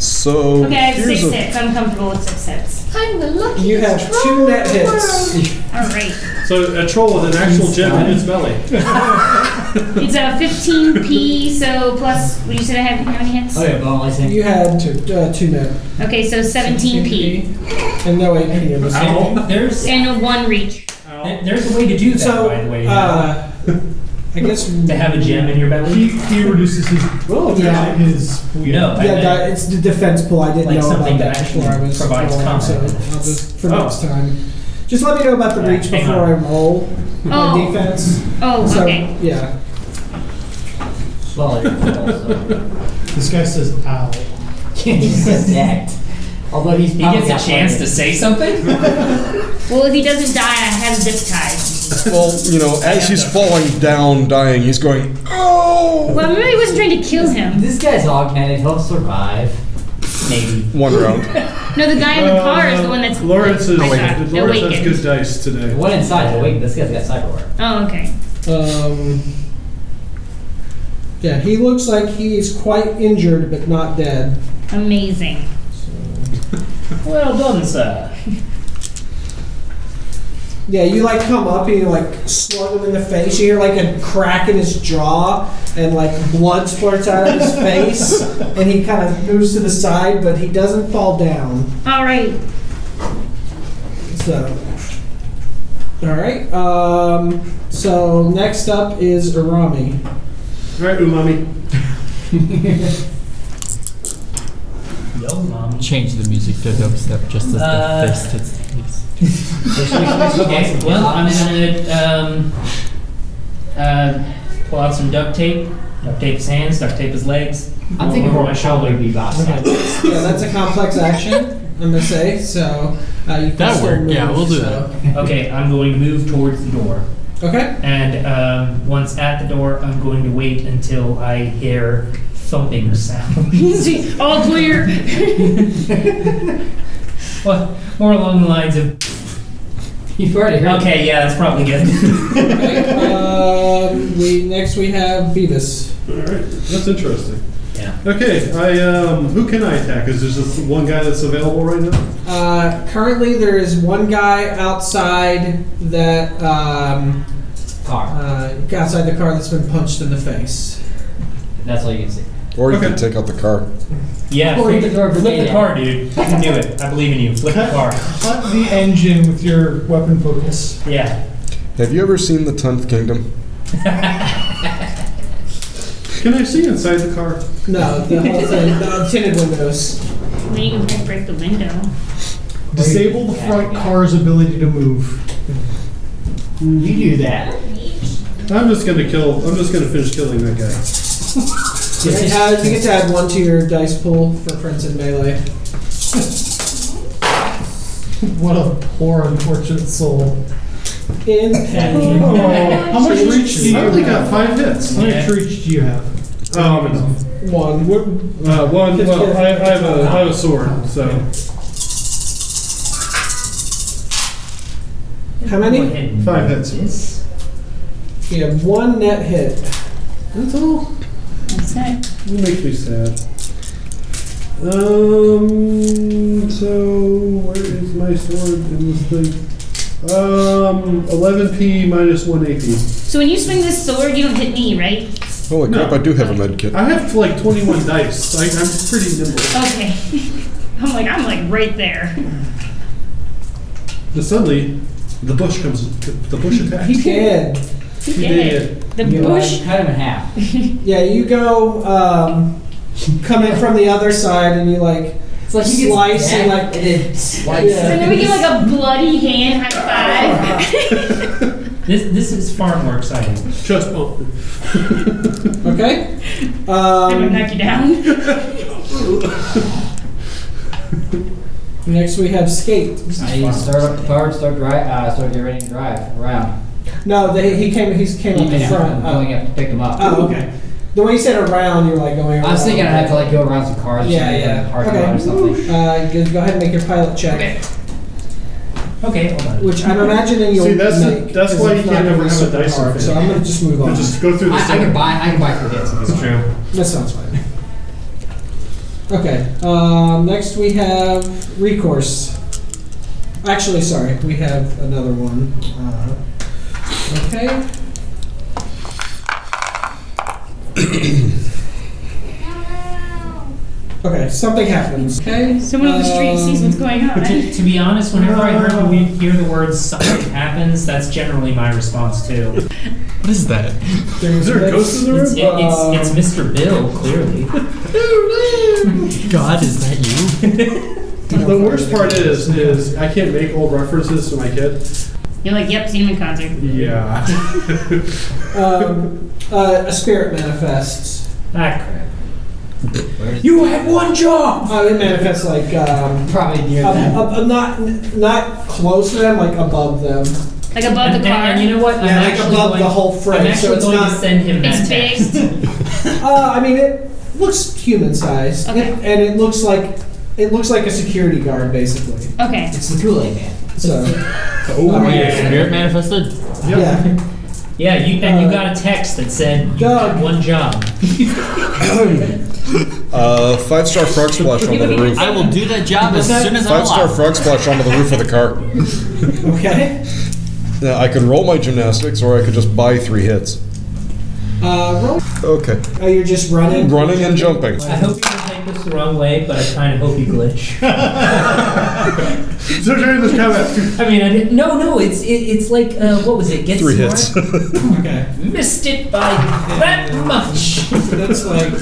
Speaker 3: So
Speaker 6: Okay, I have
Speaker 3: here's
Speaker 6: six
Speaker 3: a
Speaker 6: hits. I'm comfortable with six hits. I'm the lucky.
Speaker 2: You have two net hits.
Speaker 6: All right.
Speaker 5: So a troll with an actual gem in its belly.
Speaker 6: It's a 15p, so plus. What you said I have how many hits?
Speaker 4: Oh, yeah, bomb license.
Speaker 2: You had two, uh, two net
Speaker 6: Okay, so 17p
Speaker 2: and no AP. in this.
Speaker 5: Ow.
Speaker 8: There's,
Speaker 6: and a one reach.
Speaker 5: Ow.
Speaker 8: there's a way to do that,
Speaker 2: So,
Speaker 8: by the way.
Speaker 2: uh, I guess
Speaker 8: to have a gem in your belly?
Speaker 9: He, he reduces his. Well,
Speaker 2: yeah.
Speaker 9: His.
Speaker 8: No. I
Speaker 2: Yeah,
Speaker 8: meant-
Speaker 2: that, it's the defense pool. I didn't
Speaker 8: Like
Speaker 2: know
Speaker 8: something
Speaker 2: about that
Speaker 8: that
Speaker 2: before. I
Speaker 8: actually
Speaker 2: was
Speaker 8: provides
Speaker 2: rolling,
Speaker 8: combat.
Speaker 2: so I'll just for
Speaker 5: Oh.
Speaker 2: next time. Just let me know about the
Speaker 8: Yeah,
Speaker 2: reach
Speaker 8: hang
Speaker 2: before
Speaker 8: on.
Speaker 2: I roll my
Speaker 6: Oh.
Speaker 2: defense.
Speaker 6: Oh,
Speaker 2: So
Speaker 6: okay.
Speaker 2: yeah,
Speaker 4: Well, also.
Speaker 9: This guy says ow.
Speaker 4: He's exact. Although he's
Speaker 8: He
Speaker 9: uh,
Speaker 8: gets a chance to say something?
Speaker 6: Well, if he doesn't die, I have zip tie.
Speaker 3: well, you know, as he's falling down, dying, he's going, oh,
Speaker 6: Well, I really wasn't trying to kill him.
Speaker 4: This guy's augmented. He'll survive.
Speaker 8: Maybe.
Speaker 3: one round.
Speaker 6: No, the guy in the car is the one that's
Speaker 5: Uh, Lawrence is.
Speaker 6: Awakened.
Speaker 5: Lawrence has
Speaker 6: Awakened.
Speaker 5: good dice today.
Speaker 4: The one inside, wait, this guy's got cyberware.
Speaker 6: Oh, okay.
Speaker 2: um, yeah. He looks like he's quite injured but not dead.
Speaker 6: Amazing.
Speaker 8: Well done, sir.
Speaker 2: Yeah, you like come up and you like slug him in the face. You hear like a crack in his jaw and like blood splurts out of his face, and he kind of moves to the side, but he doesn't fall down.
Speaker 6: All right.
Speaker 2: So, all right. Um, so next up is Arami.
Speaker 5: All right, umami.
Speaker 8: Yo, mom.
Speaker 7: Change the music to dubstep just as
Speaker 8: Uh,
Speaker 7: the fist hits the face.
Speaker 8: Okay, well, I'm gonna um, uh, pull out some duct tape, duct tape his hands, duct tape his legs.
Speaker 4: I'm thinking
Speaker 8: over
Speaker 4: more
Speaker 8: my shoulder.
Speaker 4: bebop style.
Speaker 2: Yeah, that's a complex action. I'm gonna say so. Uh, you can
Speaker 7: That'll
Speaker 2: still
Speaker 7: work.
Speaker 2: Move,
Speaker 7: Yeah, we'll do
Speaker 2: so.
Speaker 8: Okay, I'm going to move towards the door,
Speaker 2: Okay.
Speaker 8: and um, once at the door, I'm going to wait until I hear thumping sound.
Speaker 6: All clear.
Speaker 8: well, more along the lines of
Speaker 4: You've already heard it.
Speaker 8: okay, yeah, that's probably good.
Speaker 2: um, we next we have Beavis.
Speaker 5: All right, that's interesting.
Speaker 8: yeah.
Speaker 5: Okay, I um, who can I attack? Is there just one guy that's available right now?
Speaker 2: Uh, currently, there is one guy outside that um,
Speaker 4: car.
Speaker 2: uh, outside the car that's been punched in the face.
Speaker 4: That's all you can see.
Speaker 3: Or you can
Speaker 5: Okay.
Speaker 3: take out the car.
Speaker 8: Yeah,
Speaker 4: Or you can throw a
Speaker 8: flip
Speaker 4: grenade
Speaker 8: the
Speaker 4: at
Speaker 8: car, dude. You can do it. I believe in you. Flip the car.
Speaker 9: Cut the engine with your weapon focus.
Speaker 8: Yeah.
Speaker 3: Have you ever seen The Tenth Kingdom?
Speaker 5: Can I see inside the car?
Speaker 2: No, the whole thing, the tinted windows.
Speaker 6: then you can break- break the window.
Speaker 9: Disable the front car's ability to move.
Speaker 4: You do that.
Speaker 5: I'm just gonna kill. I'm just gonna finish killing that guy.
Speaker 2: You get, to add, you get to add one to your dice pool for friends in melee.
Speaker 9: What a poor, unfortunate soul.
Speaker 2: In
Speaker 9: Oh, How much reach do you
Speaker 5: I
Speaker 9: have?
Speaker 5: only got five hits.
Speaker 9: How much
Speaker 8: Yeah.
Speaker 9: reach do you have?
Speaker 5: Um,
Speaker 2: one.
Speaker 5: what- uh, one. Well, I, I have a I have a sword. So
Speaker 2: How many?
Speaker 8: Hidden.
Speaker 5: five hits.
Speaker 8: Yes.
Speaker 2: You have one net hit. That's all.
Speaker 6: That's it.
Speaker 5: You make me sad. Um. So where is my sword in this thing? Um. 11p minus 1 AP.
Speaker 6: So when you swing this sword, you don't hit me, right?
Speaker 3: Holy
Speaker 5: No.
Speaker 3: crap, Oh, I do have a med kit.
Speaker 5: I have like 21 dice. I, I'm pretty nimble.
Speaker 6: Okay. I'm like I'm like right there.
Speaker 5: But suddenly, the bush comes. The bush attacks.
Speaker 2: Dead.
Speaker 6: He
Speaker 5: He did.
Speaker 6: The
Speaker 4: You, uh,
Speaker 6: bush.
Speaker 4: Cut him in half.
Speaker 2: Yeah, you go um, come in from the other side and you like
Speaker 4: It's like you
Speaker 2: Slice
Speaker 4: get
Speaker 2: and like-
Speaker 4: and then slice.
Speaker 2: Yeah.
Speaker 6: So then we give like a bloody hand high five.
Speaker 8: This this is far more exciting.
Speaker 5: Chest bump.
Speaker 2: okay.
Speaker 6: I'm gonna
Speaker 2: Um,
Speaker 6: knock you down.
Speaker 2: next we have skate.
Speaker 4: I start up the power, start dri uh, start getting ready to drive around.
Speaker 2: No, they, he came. He's came up
Speaker 4: Even
Speaker 2: the
Speaker 4: after
Speaker 2: front.
Speaker 4: I'm going
Speaker 2: Oh,
Speaker 4: up to pick him up.
Speaker 2: oh, okay. The way you said around, you're like going. Around.
Speaker 4: I was thinking I'd have to like go around some cars or
Speaker 2: Yeah,
Speaker 4: something,
Speaker 2: yeah.
Speaker 4: like, parking
Speaker 2: Okay.
Speaker 4: lot or something.
Speaker 2: Uh, go go ahead and make your pilot check,
Speaker 6: Okay.
Speaker 8: Okay, hold on.
Speaker 2: which I'm imagining you'll
Speaker 5: See, that's the-
Speaker 2: make.
Speaker 5: that's
Speaker 2: 'cause
Speaker 5: why
Speaker 2: it's
Speaker 5: you
Speaker 2: not
Speaker 5: can't
Speaker 2: gonna
Speaker 5: ever
Speaker 2: be
Speaker 5: have a
Speaker 2: super
Speaker 5: Dyson
Speaker 2: hard,
Speaker 5: fan.
Speaker 2: So I'm gonna just move on.
Speaker 5: Just go through
Speaker 4: I,
Speaker 5: the
Speaker 4: I
Speaker 5: center.
Speaker 4: can buy I can buy three hits.
Speaker 8: It's true.
Speaker 2: That sounds fine. Okay. Um, next we have recourse. Actually, sorry, we have another one. Uh, okay. Okay, something happens. Okay. Um,
Speaker 6: Someone on the street sees what's going on.
Speaker 8: But to, to be honest, whenever I heard the, we- hear the words something happens, that's generally my response too.
Speaker 7: What is that?
Speaker 5: Is there a ghost in the room?
Speaker 8: It's, it, it's, it's Mr. Bill, clearly.
Speaker 7: God, is that you?
Speaker 5: The worst part is, is I can't make old references to my kid.
Speaker 6: You're like, yep, seen him in concert.
Speaker 5: Yeah.
Speaker 2: Um, uh, a spirit manifests.
Speaker 8: Ah, crap.
Speaker 2: You had one job. Uh, it manifests like um,
Speaker 4: Probably near
Speaker 2: Up,
Speaker 4: them.
Speaker 2: up, up- not not close to them, like above them.
Speaker 6: Like above
Speaker 8: And,
Speaker 6: the car.
Speaker 8: and, and you know what?
Speaker 2: Yeah,
Speaker 8: I'm
Speaker 2: like
Speaker 8: actually
Speaker 2: above
Speaker 8: going,
Speaker 2: the whole frame,
Speaker 8: I'm
Speaker 2: so
Speaker 8: actually
Speaker 2: it's
Speaker 8: going
Speaker 2: not-
Speaker 8: to send him
Speaker 6: it's
Speaker 8: that text.
Speaker 6: fixed.
Speaker 2: Uh, I mean, it looks human sized,
Speaker 6: Okay.
Speaker 2: and it looks like it looks like a security guard basically.
Speaker 6: Okay.
Speaker 4: It's the Kool-Aid man.
Speaker 2: So
Speaker 5: Oh,
Speaker 2: Alright.
Speaker 7: Your spirit manifested?
Speaker 2: yeah,
Speaker 8: Yeah, you, and
Speaker 2: Uh,
Speaker 8: you got a text that said you
Speaker 2: Doug.
Speaker 8: got one job.
Speaker 3: Uh, five star frog splash onto the roof.
Speaker 7: I will do that job as soon as I'm
Speaker 3: Five star
Speaker 7: allowed.
Speaker 3: frog splash onto the roof of the cart.
Speaker 2: okay.
Speaker 3: Now, I could roll my gymnastics, or I could just buy three hits.
Speaker 2: Uh, roll.
Speaker 3: Okay.
Speaker 2: Oh, you're just running.
Speaker 3: Running and jumping.
Speaker 8: I hope you don't take this the wrong way, but I kind of hope you glitch.
Speaker 5: so during this combat,
Speaker 8: I mean, I didn't, no, no, it's it, it's like uh, what was it? Get
Speaker 3: Three
Speaker 8: smart?
Speaker 3: hits.
Speaker 2: Okay,
Speaker 8: Missed it by that much.
Speaker 2: so that's like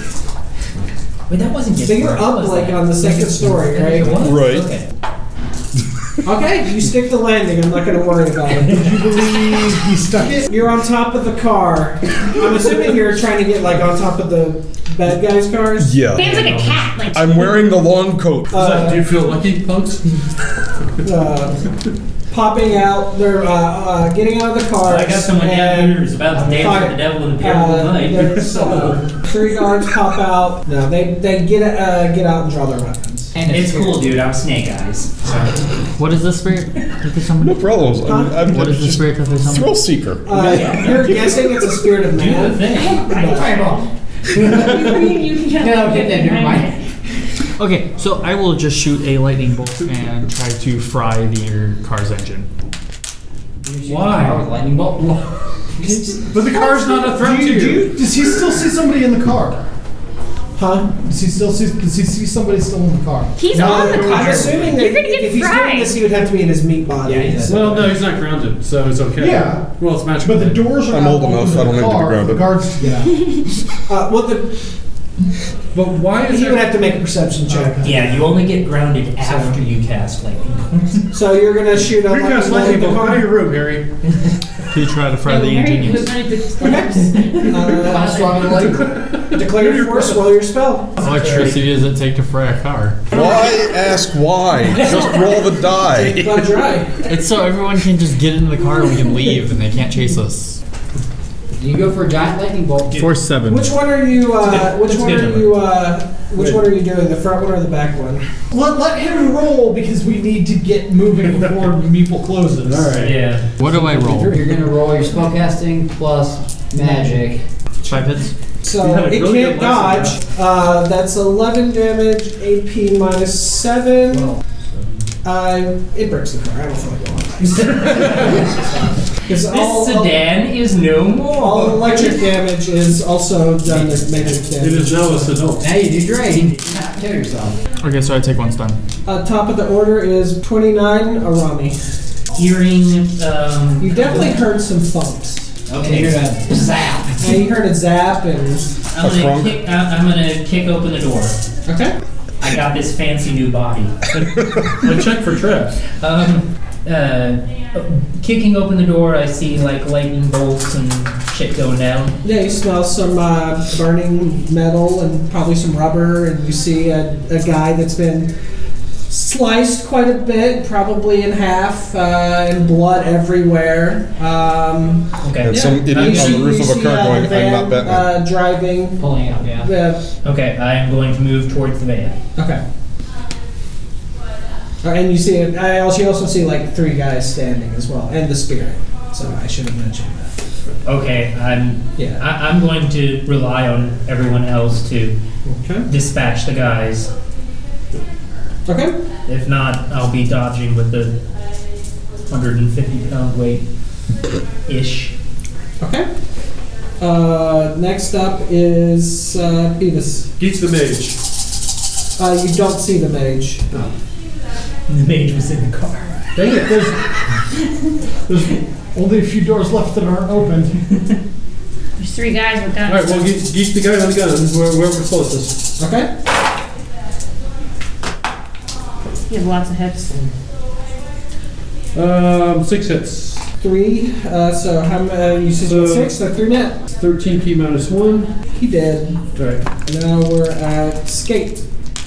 Speaker 8: Wait, that wasn't get
Speaker 2: so you're
Speaker 8: smart,
Speaker 2: up
Speaker 8: was
Speaker 2: like
Speaker 8: it?
Speaker 2: on the second story,
Speaker 8: It
Speaker 2: right?
Speaker 8: was?
Speaker 3: Right.
Speaker 8: Okay.
Speaker 2: Okay, you stick the landing. I'm not going to worry about it.
Speaker 5: you believe he stuck it?
Speaker 2: You're on top of the car. I'm assuming you're trying to get like on top of the bad guys' cars.
Speaker 3: Yeah.
Speaker 6: Dan's like a cat. Like,
Speaker 3: I'm wearing the long coat.
Speaker 2: Uh,
Speaker 5: do you feel lucky, punks?
Speaker 2: uh, popping out. They're uh, uh, getting out of the car.
Speaker 8: I got someone down here who's about to dance with the devil in the parable
Speaker 2: Uh,
Speaker 8: night.
Speaker 2: there's, uh, three guards pop out. No, they they get uh, get out and draw their weapons.
Speaker 4: And
Speaker 8: It's cool, dude. I'm Snake Eyes.
Speaker 7: What is the spirit that they
Speaker 3: No
Speaker 7: summoned?
Speaker 3: problems. I'm, I'm
Speaker 7: What is the
Speaker 3: just
Speaker 7: spirit that they
Speaker 3: thrill
Speaker 7: summoned?
Speaker 3: seeker.
Speaker 2: Uh, You're guessing it's a spirit of
Speaker 8: Do the
Speaker 2: man.
Speaker 8: thing.
Speaker 4: I fireball. No, get that, never mind.
Speaker 7: Okay, so I will just shoot a lightning bolt and try to fry the your car's engine.
Speaker 8: Why?
Speaker 4: Power with lightning bolt.
Speaker 5: But the car's not a threat to you.
Speaker 9: Does he still see somebody in the car?
Speaker 2: Huh?
Speaker 9: Does he still see? Does he see somebody still in the car?
Speaker 6: He's on the
Speaker 2: I'm
Speaker 6: car.
Speaker 2: assuming that
Speaker 6: You're gonna get
Speaker 2: if he's doing
Speaker 6: fried.
Speaker 2: this, he would have to be in his meat body.
Speaker 4: Yeah, he's-
Speaker 5: Well, no, he's not grounded, so it's okay.
Speaker 9: Yeah.
Speaker 5: Well, it's magical.
Speaker 9: But the doors are
Speaker 3: I'm
Speaker 9: not
Speaker 3: old
Speaker 9: open
Speaker 3: enough,
Speaker 9: to
Speaker 3: I don't
Speaker 9: the
Speaker 3: need to be
Speaker 9: car,
Speaker 3: grounded.
Speaker 9: The guards to get out.
Speaker 2: Uh, well, the,
Speaker 5: But why is
Speaker 2: he would
Speaker 5: there?
Speaker 2: have to make a perception check.
Speaker 8: Yeah, you only get grounded after you cast lightning.
Speaker 2: So you're gonna shoot on
Speaker 5: You're
Speaker 2: like,
Speaker 5: just
Speaker 2: the
Speaker 5: like
Speaker 2: leg of
Speaker 5: people.
Speaker 2: the
Speaker 5: Go
Speaker 2: car.
Speaker 5: to your room, Harry.
Speaker 7: To try to fry the engine. yes.
Speaker 4: How
Speaker 2: Uh,
Speaker 4: strong of a lightning?
Speaker 2: declare your force. Roll your spell.
Speaker 7: How much electricity does it take to fry a car?
Speaker 3: Why ask why? Just roll the die.
Speaker 2: Blood dry.
Speaker 7: It's so everyone can just get in the car and we can leave and they can't chase us.
Speaker 4: You go for a giant lightning bolt.
Speaker 7: Force 7.
Speaker 2: Which one are you? Uh, which
Speaker 8: That's
Speaker 2: one
Speaker 8: good.
Speaker 2: are you? Uh, which one are you doing? The front one or the back one?
Speaker 9: Let, let him roll because we need to get moving before Meeple closes.
Speaker 5: All right.
Speaker 8: Yeah.
Speaker 7: What do I roll?
Speaker 4: You're gonna roll your spellcasting plus magic.
Speaker 7: Five hits?
Speaker 5: You
Speaker 2: So
Speaker 5: had a
Speaker 2: it
Speaker 5: really
Speaker 2: can't
Speaker 5: good lesson,
Speaker 2: dodge. Uh, that's 11 damage, AP minus 7.
Speaker 4: Well.
Speaker 2: Uh, it breaks the car. I don't feel like it Because
Speaker 8: This
Speaker 2: all, all,
Speaker 8: sedan is no
Speaker 2: all
Speaker 8: more.
Speaker 2: electric damage is also done as magic
Speaker 5: It
Speaker 2: damage.
Speaker 5: is now a Sedona.
Speaker 4: Now you do drain. You cannot kill yourself.
Speaker 7: Okay, so I take one stun.
Speaker 2: Uh, top of the order is 29 Arami.
Speaker 8: Hearing. Um,
Speaker 2: You definitely heard some thumps.
Speaker 4: Okay, you're done.
Speaker 8: Zap.
Speaker 2: And you heard a zap and.
Speaker 8: I'm
Speaker 3: That's
Speaker 8: gonna
Speaker 3: wrong.
Speaker 8: kick. I- I'm gonna kick open the door.
Speaker 2: Okay.
Speaker 8: I got this fancy new body.
Speaker 7: Well, check for traps.
Speaker 8: Um, uh, kicking open the door, I see like lightning bolts and shit going down.
Speaker 2: Yeah, you smell some uh, burning metal and probably some rubber, and you see a, a guy that's been sliced quite a bit, probably in half, uh, and blood everywhere. Um,
Speaker 8: Okay,
Speaker 3: And some
Speaker 2: yeah,
Speaker 3: idiot
Speaker 2: you
Speaker 3: on the
Speaker 2: see-
Speaker 3: roof
Speaker 2: you
Speaker 3: of a
Speaker 2: see,
Speaker 3: car
Speaker 2: uh,
Speaker 3: going,
Speaker 2: the
Speaker 3: "I'm not
Speaker 2: van,
Speaker 3: Batman."
Speaker 2: Uh, driving.
Speaker 8: pulling out. Yeah.
Speaker 2: Uh,
Speaker 8: Okay, I am going to move towards the van.
Speaker 2: okay. Uh, And you see, I also you also see like three guys standing as well, and the spirit. So I should have mentioned that.
Speaker 8: Okay, I'm.
Speaker 2: Yeah.
Speaker 8: I, I'm going to rely on everyone else to
Speaker 2: Okay.
Speaker 8: dispatch the guys.
Speaker 2: Okay.
Speaker 8: If not, I'll be dodging with the 150 pound weight ish.
Speaker 2: Okay. Uh, next up is uh, Beavis.
Speaker 5: Geek the mage.
Speaker 2: Uh, you don't see the mage.
Speaker 8: The mage was in the car.
Speaker 9: Dang it, there's, there's only a few doors left that aren't open.
Speaker 6: There's three guys with guns.
Speaker 5: Alright, well, geek, geek the guy on the gun, whoever- whoever's closest.
Speaker 2: Okay.
Speaker 6: You have lots of hits.
Speaker 5: Um, six hits.
Speaker 2: Three. Uh, so how many? You said
Speaker 5: So-
Speaker 2: six. So three net.
Speaker 5: 13p minus 1.
Speaker 2: He did.
Speaker 5: Alright.
Speaker 2: Now we're at skate.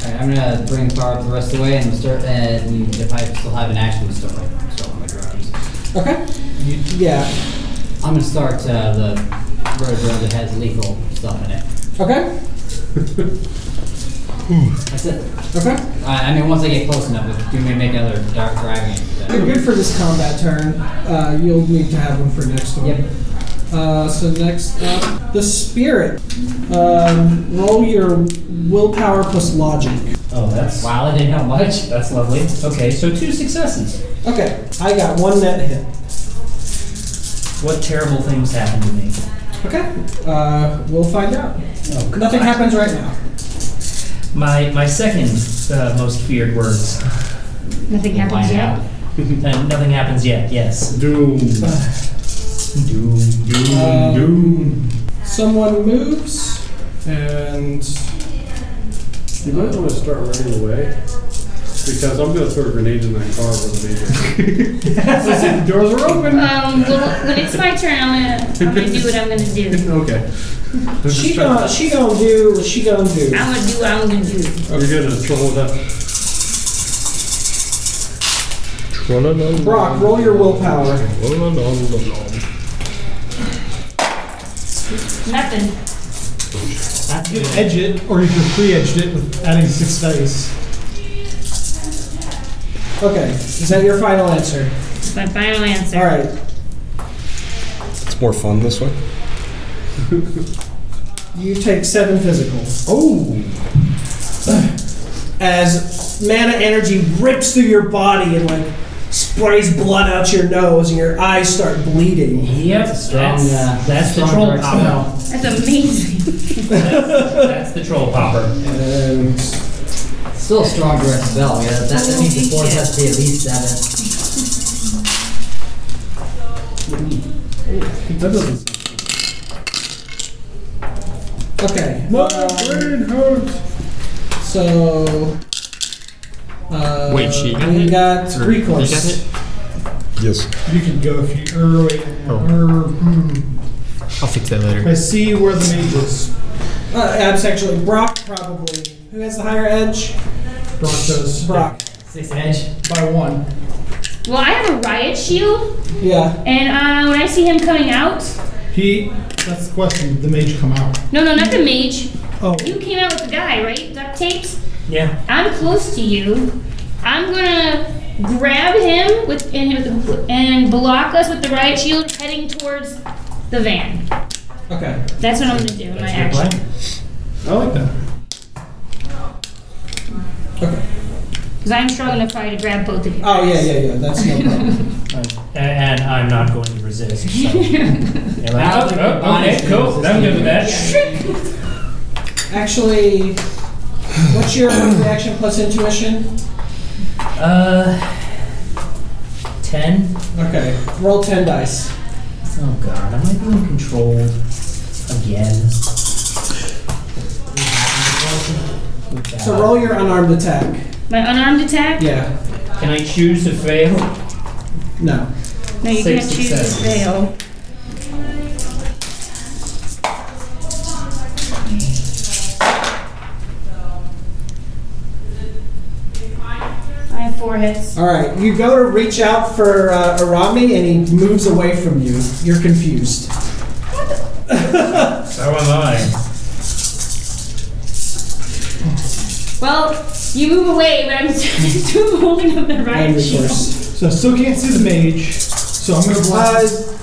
Speaker 4: Alright, I'm gonna bring the car up the rest of the way and we'll start, and if I still have an action, we'll start like, start on my drawings.
Speaker 2: Okay. Yeah.
Speaker 4: I'm gonna start uh, the road road that has lethal stuff in it.
Speaker 2: Okay.
Speaker 4: That's it.
Speaker 2: Okay.
Speaker 4: I, I mean, once I get close enough, if you may make another dark driving.
Speaker 2: You're good for this combat turn. Uh, you'll need to have one for next one.
Speaker 4: Yep.
Speaker 2: Uh, so next up, the spirit. Um, roll your willpower plus logic.
Speaker 8: Oh, that's.
Speaker 4: Wow, I didn't have much.
Speaker 8: That's lovely. Okay, so two successes.
Speaker 2: Okay, I got one net hit.
Speaker 8: What terrible things happened to me?
Speaker 2: Okay, uh, we'll find out.
Speaker 8: Oh, God.
Speaker 2: Nothing happens right now.
Speaker 8: My my second uh, most feared words.
Speaker 6: Nothing happens
Speaker 4: Why
Speaker 6: yet.
Speaker 4: not?
Speaker 8: And nothing happens yet. Yes.
Speaker 5: Doom.
Speaker 8: Doom. Doom.
Speaker 2: Um,
Speaker 5: Doom.
Speaker 2: Someone moves, and
Speaker 5: You might want to start running away. Because I'm going to throw a grenade in that car with the mage.
Speaker 9: The doors are open.
Speaker 6: Um, well, when it's my turn, I'm gonna, I'm gonna do what I'm gonna do.
Speaker 5: okay.
Speaker 2: she gonna she gonna do what she gonna do.
Speaker 6: I'm gonna do what I'm gonna do.
Speaker 5: You're going to throw that.
Speaker 2: Brock, roll your willpower.
Speaker 6: Nothing.
Speaker 8: That's
Speaker 9: You
Speaker 8: good.
Speaker 9: can edge it, or you can pre-edged it with adding six dice.
Speaker 2: Okay, is that your final answer?
Speaker 6: That's my final answer.
Speaker 2: All right.
Speaker 3: It's more fun this way.
Speaker 2: You take seven physicals.
Speaker 5: Oh!
Speaker 2: As mana energy rips through your body and like sprays blood out your nose, and your eyes start bleeding.
Speaker 8: Yep. That's
Speaker 4: strong,
Speaker 8: that's,
Speaker 4: uh,
Speaker 8: the
Speaker 4: strong
Speaker 8: troll
Speaker 4: dark
Speaker 8: popper.
Speaker 6: That's amazing.
Speaker 8: That's the troll popper.
Speaker 2: And
Speaker 4: Still a strong direct spell. Yeah, that, that means the force has to be at least seven.
Speaker 5: That doesn't.
Speaker 2: okay.
Speaker 5: My
Speaker 2: uh,
Speaker 5: brain hurts!
Speaker 2: So. Uh,
Speaker 7: Wait, she got
Speaker 2: we
Speaker 7: hit?
Speaker 2: got
Speaker 7: Or
Speaker 2: three
Speaker 7: you got
Speaker 2: close.
Speaker 7: it?
Speaker 3: Yes.
Speaker 9: You can go if you. er, Or wait. Or, hmm.
Speaker 7: I'll fix that later.
Speaker 9: I see where the mage is.
Speaker 2: Uh, abs actually. Brock probably. Who has the higher edge?
Speaker 9: Brock does
Speaker 2: Brock.
Speaker 8: Six edge.
Speaker 9: by one.
Speaker 6: Well, I have a riot shield,
Speaker 2: Yeah.
Speaker 6: and uh, when I see him coming out,
Speaker 9: He. That's the question. The mage come out.
Speaker 6: no, no, not the mage.
Speaker 9: Oh.
Speaker 6: You came out with the guy, right? Duct tapes.
Speaker 8: Yeah.
Speaker 6: I'm close to you. I'm gonna grab him with and, with the- and block us with the riot shield, heading towards the van.
Speaker 2: Okay.
Speaker 6: That's what I'm gonna do. My
Speaker 8: Good
Speaker 6: action.
Speaker 8: plan.
Speaker 5: I like that.
Speaker 2: Okay.
Speaker 6: Because I'm strong enough probably to grab both of you.
Speaker 2: Oh yeah, yeah, yeah. That's no problem.
Speaker 8: A- And I'm not going to resist. So. They're like,
Speaker 4: Now the
Speaker 8: "Oh, oh, okay,
Speaker 4: body's
Speaker 8: cool. I'm good with that.
Speaker 2: actually, what's your reaction plus intuition?
Speaker 8: Uh, ten.
Speaker 2: Okay. Roll ten dice.
Speaker 8: Oh god, am I being controlled again?
Speaker 2: So roll your unarmed attack.
Speaker 6: My unarmed attack?
Speaker 2: Yeah.
Speaker 8: Can I choose to fail?
Speaker 2: No.
Speaker 6: No, you
Speaker 8: Six
Speaker 6: can't choose to
Speaker 8: successes.
Speaker 6: fail. I have four hits.
Speaker 2: All right. You go to reach out for uh, Arami, and he moves away from you. You're confused.
Speaker 10: So am I.
Speaker 6: Well, you move away, but I'm still holding up the riot
Speaker 2: And
Speaker 6: shield.
Speaker 2: resource.
Speaker 9: So I still can't see the mage. So I'm gonna
Speaker 2: Uh,
Speaker 9: blast.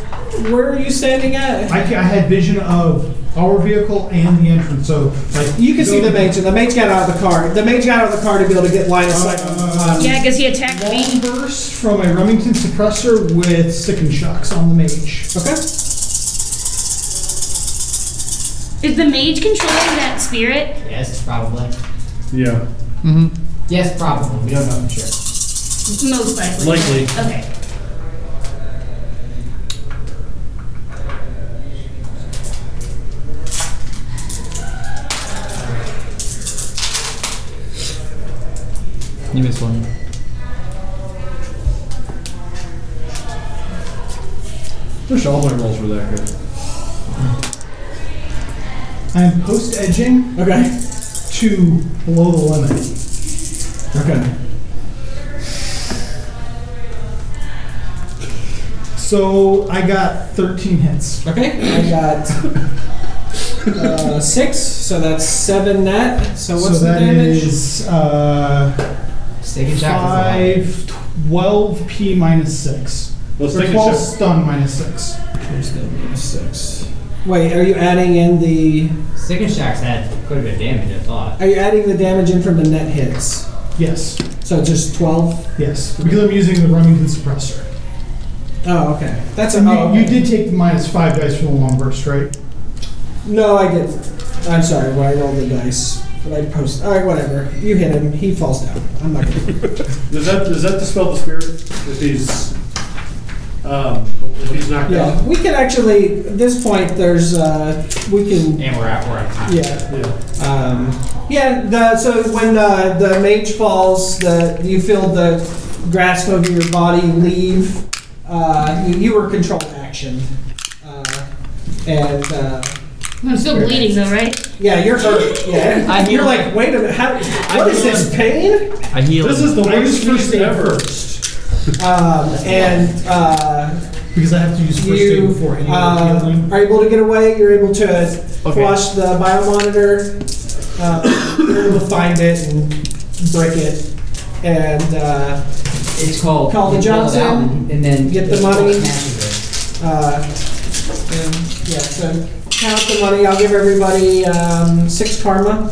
Speaker 2: where are you standing at?
Speaker 9: I, ca- I had vision of our vehicle and the entrance. So like
Speaker 2: You can see the
Speaker 9: building-
Speaker 2: mage, and the mage got out of the car. The mage got out of the car to be able to get line of sight.
Speaker 9: Uh,
Speaker 6: Yeah, because he attacked
Speaker 9: Long
Speaker 6: me.
Speaker 9: burst from a Remington suppressor with stick and shocks on the mage.
Speaker 2: Okay.
Speaker 6: Is the mage controlling that spirit?
Speaker 4: Yes, probably.
Speaker 5: Yeah.
Speaker 4: Yes, probably. We don't know for sure.
Speaker 6: Most likely.
Speaker 10: Likely.
Speaker 6: Okay.
Speaker 7: You missed one.
Speaker 5: Wish all my rolls were that good.
Speaker 9: I am post edging
Speaker 2: Okay.
Speaker 9: to below the limit.
Speaker 2: Okay.
Speaker 9: So I got 13 hits.
Speaker 2: Okay. I got uh, six, so that's seven net. So
Speaker 9: So
Speaker 2: what's the
Speaker 9: that
Speaker 2: damage?
Speaker 9: is uh,
Speaker 4: Stick and shock is a lot.
Speaker 9: 5, 12 P minus 6.
Speaker 5: Let's
Speaker 9: or
Speaker 5: take
Speaker 9: 12
Speaker 5: a shot.
Speaker 9: stun minus 6.
Speaker 2: There's gonna be a six. Wait, are you adding in the?
Speaker 4: Stick and shock's had quite a bit of damage, I thought.
Speaker 2: Are you adding the damage in from the net hits?
Speaker 9: Yes,
Speaker 2: So just twelve.
Speaker 9: yes. Because I'm using the Remington suppressor.
Speaker 2: Oh, okay. That's a.
Speaker 9: And you,
Speaker 2: oh,
Speaker 9: you
Speaker 2: okay.
Speaker 9: did take the minus 5 dice from the long burst, right?
Speaker 2: No, I didn't. I'm sorry. When I rolled the dice, but I post. All right, whatever. You hit him. He falls down. I'm not. Gonna,
Speaker 5: Does that does that dispel the spirit? If he's um, if he's knocked
Speaker 2: yeah,
Speaker 5: out.
Speaker 2: we can actually. At this point, there's. Uh, we can.
Speaker 4: And we're out, we're out.
Speaker 2: Yeah.
Speaker 5: Yeah.
Speaker 2: Um, yeah. The, so when uh, the mage falls, the you feel the grasp of your body leave. Uh, you, you were controlled action, uh, and uh,
Speaker 6: I'm still bleeding though, right?
Speaker 2: yeah, you're hurt. Yeah,
Speaker 7: I
Speaker 2: you're
Speaker 7: heal.
Speaker 2: like, wait a minute. How, what is
Speaker 7: heal
Speaker 2: this pain?
Speaker 7: I healed.
Speaker 5: This is the
Speaker 2: I
Speaker 5: worst
Speaker 2: just need
Speaker 5: first
Speaker 2: to-
Speaker 5: ever.
Speaker 2: Um, and uh,
Speaker 9: Because I have to use first aid
Speaker 2: you
Speaker 9: before any other
Speaker 2: uh,
Speaker 9: healing.
Speaker 2: are able to get away. You're able to flush the biomonitor. Uh, you're able to find it and break it. And uh,
Speaker 4: It's called.
Speaker 2: Call the
Speaker 4: you fill it
Speaker 2: Johnson,
Speaker 4: out and- And then.
Speaker 2: get the
Speaker 4: just
Speaker 2: money.
Speaker 4: smash
Speaker 2: uh, and, yeah, so count the money. I'll give everybody um, six karma.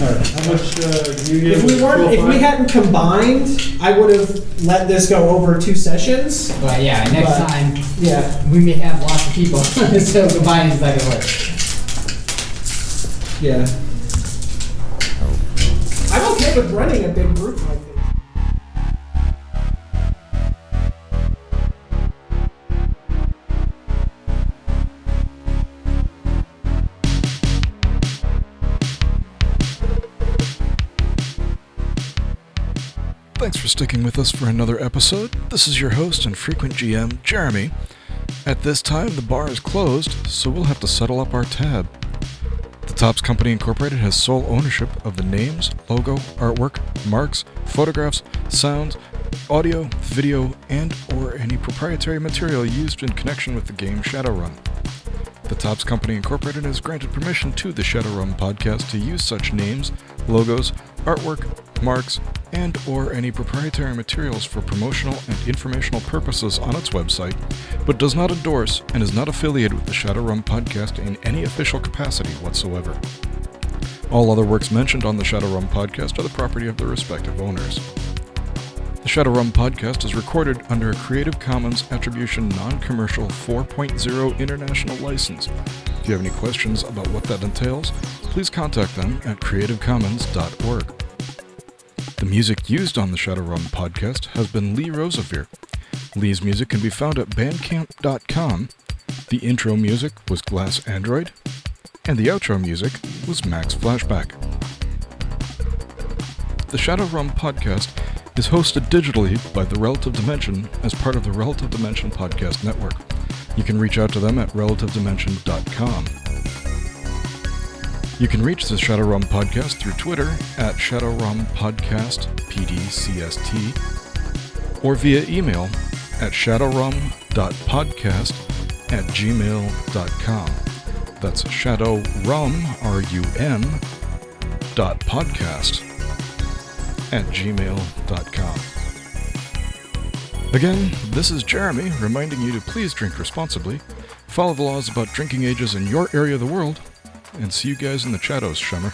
Speaker 5: How much uh, you gave?
Speaker 2: If we weren't, if we hadn't combined, I would have let this go over two sessions.
Speaker 4: it. But yeah, next
Speaker 2: But-
Speaker 4: time,
Speaker 2: Yeah,
Speaker 4: we may have lots of people, so combining is not gonna work.
Speaker 2: yeah. I'm okay with running a big group like this.
Speaker 1: Thanks for sticking with us for another episode. This is your host and frequent GM, Jeremy. At this time, the bar is closed, so we'll have to settle up our tab. The Tops Company Incorporated has sole ownership of the names, logo, artwork, marks, photographs, sounds, audio, video, and or any proprietary material used in connection with the game Shadowrun. The Tops Company Incorporated has granted permission to the Shadowrun podcast to use such names, logos, artwork, marks, and or any proprietary materials for promotional and informational purposes on its website, but does not endorse and is not affiliated with the Shadowrun podcast in any official capacity whatsoever. All other works mentioned on the Shadowrun podcast are the property of their respective owners. The Shadowrun podcast is recorded under a Creative Commons Attribution Non Commercial 4.0 International License. If you have any questions about what that entails, please contact them at creativecommons.org. The music used on the Shadowrun podcast has been Lee Rosevear. Lee's music can be found at bandcamp.com The intro music was Glass Android, and the outro music was Max Flashback. The Shadowrun podcast is hosted digitally by The Relative Dimension as part of the Relative Dimension Podcast Network. You can reach out to them at relativedimension.com. You can reach the Shadowrun podcast through Twitter at Shadowrun Podcast PDCST or via email at shadowrum.podcast at gmail.com. That's shadowrum, R-U-M, dot podcast at gmail.com. Again, this is Jeremy reminding you to please drink responsibly, follow the laws about drinking ages in your area of the world, and see you guys in the shadows, Shummer.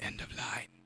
Speaker 1: End of line.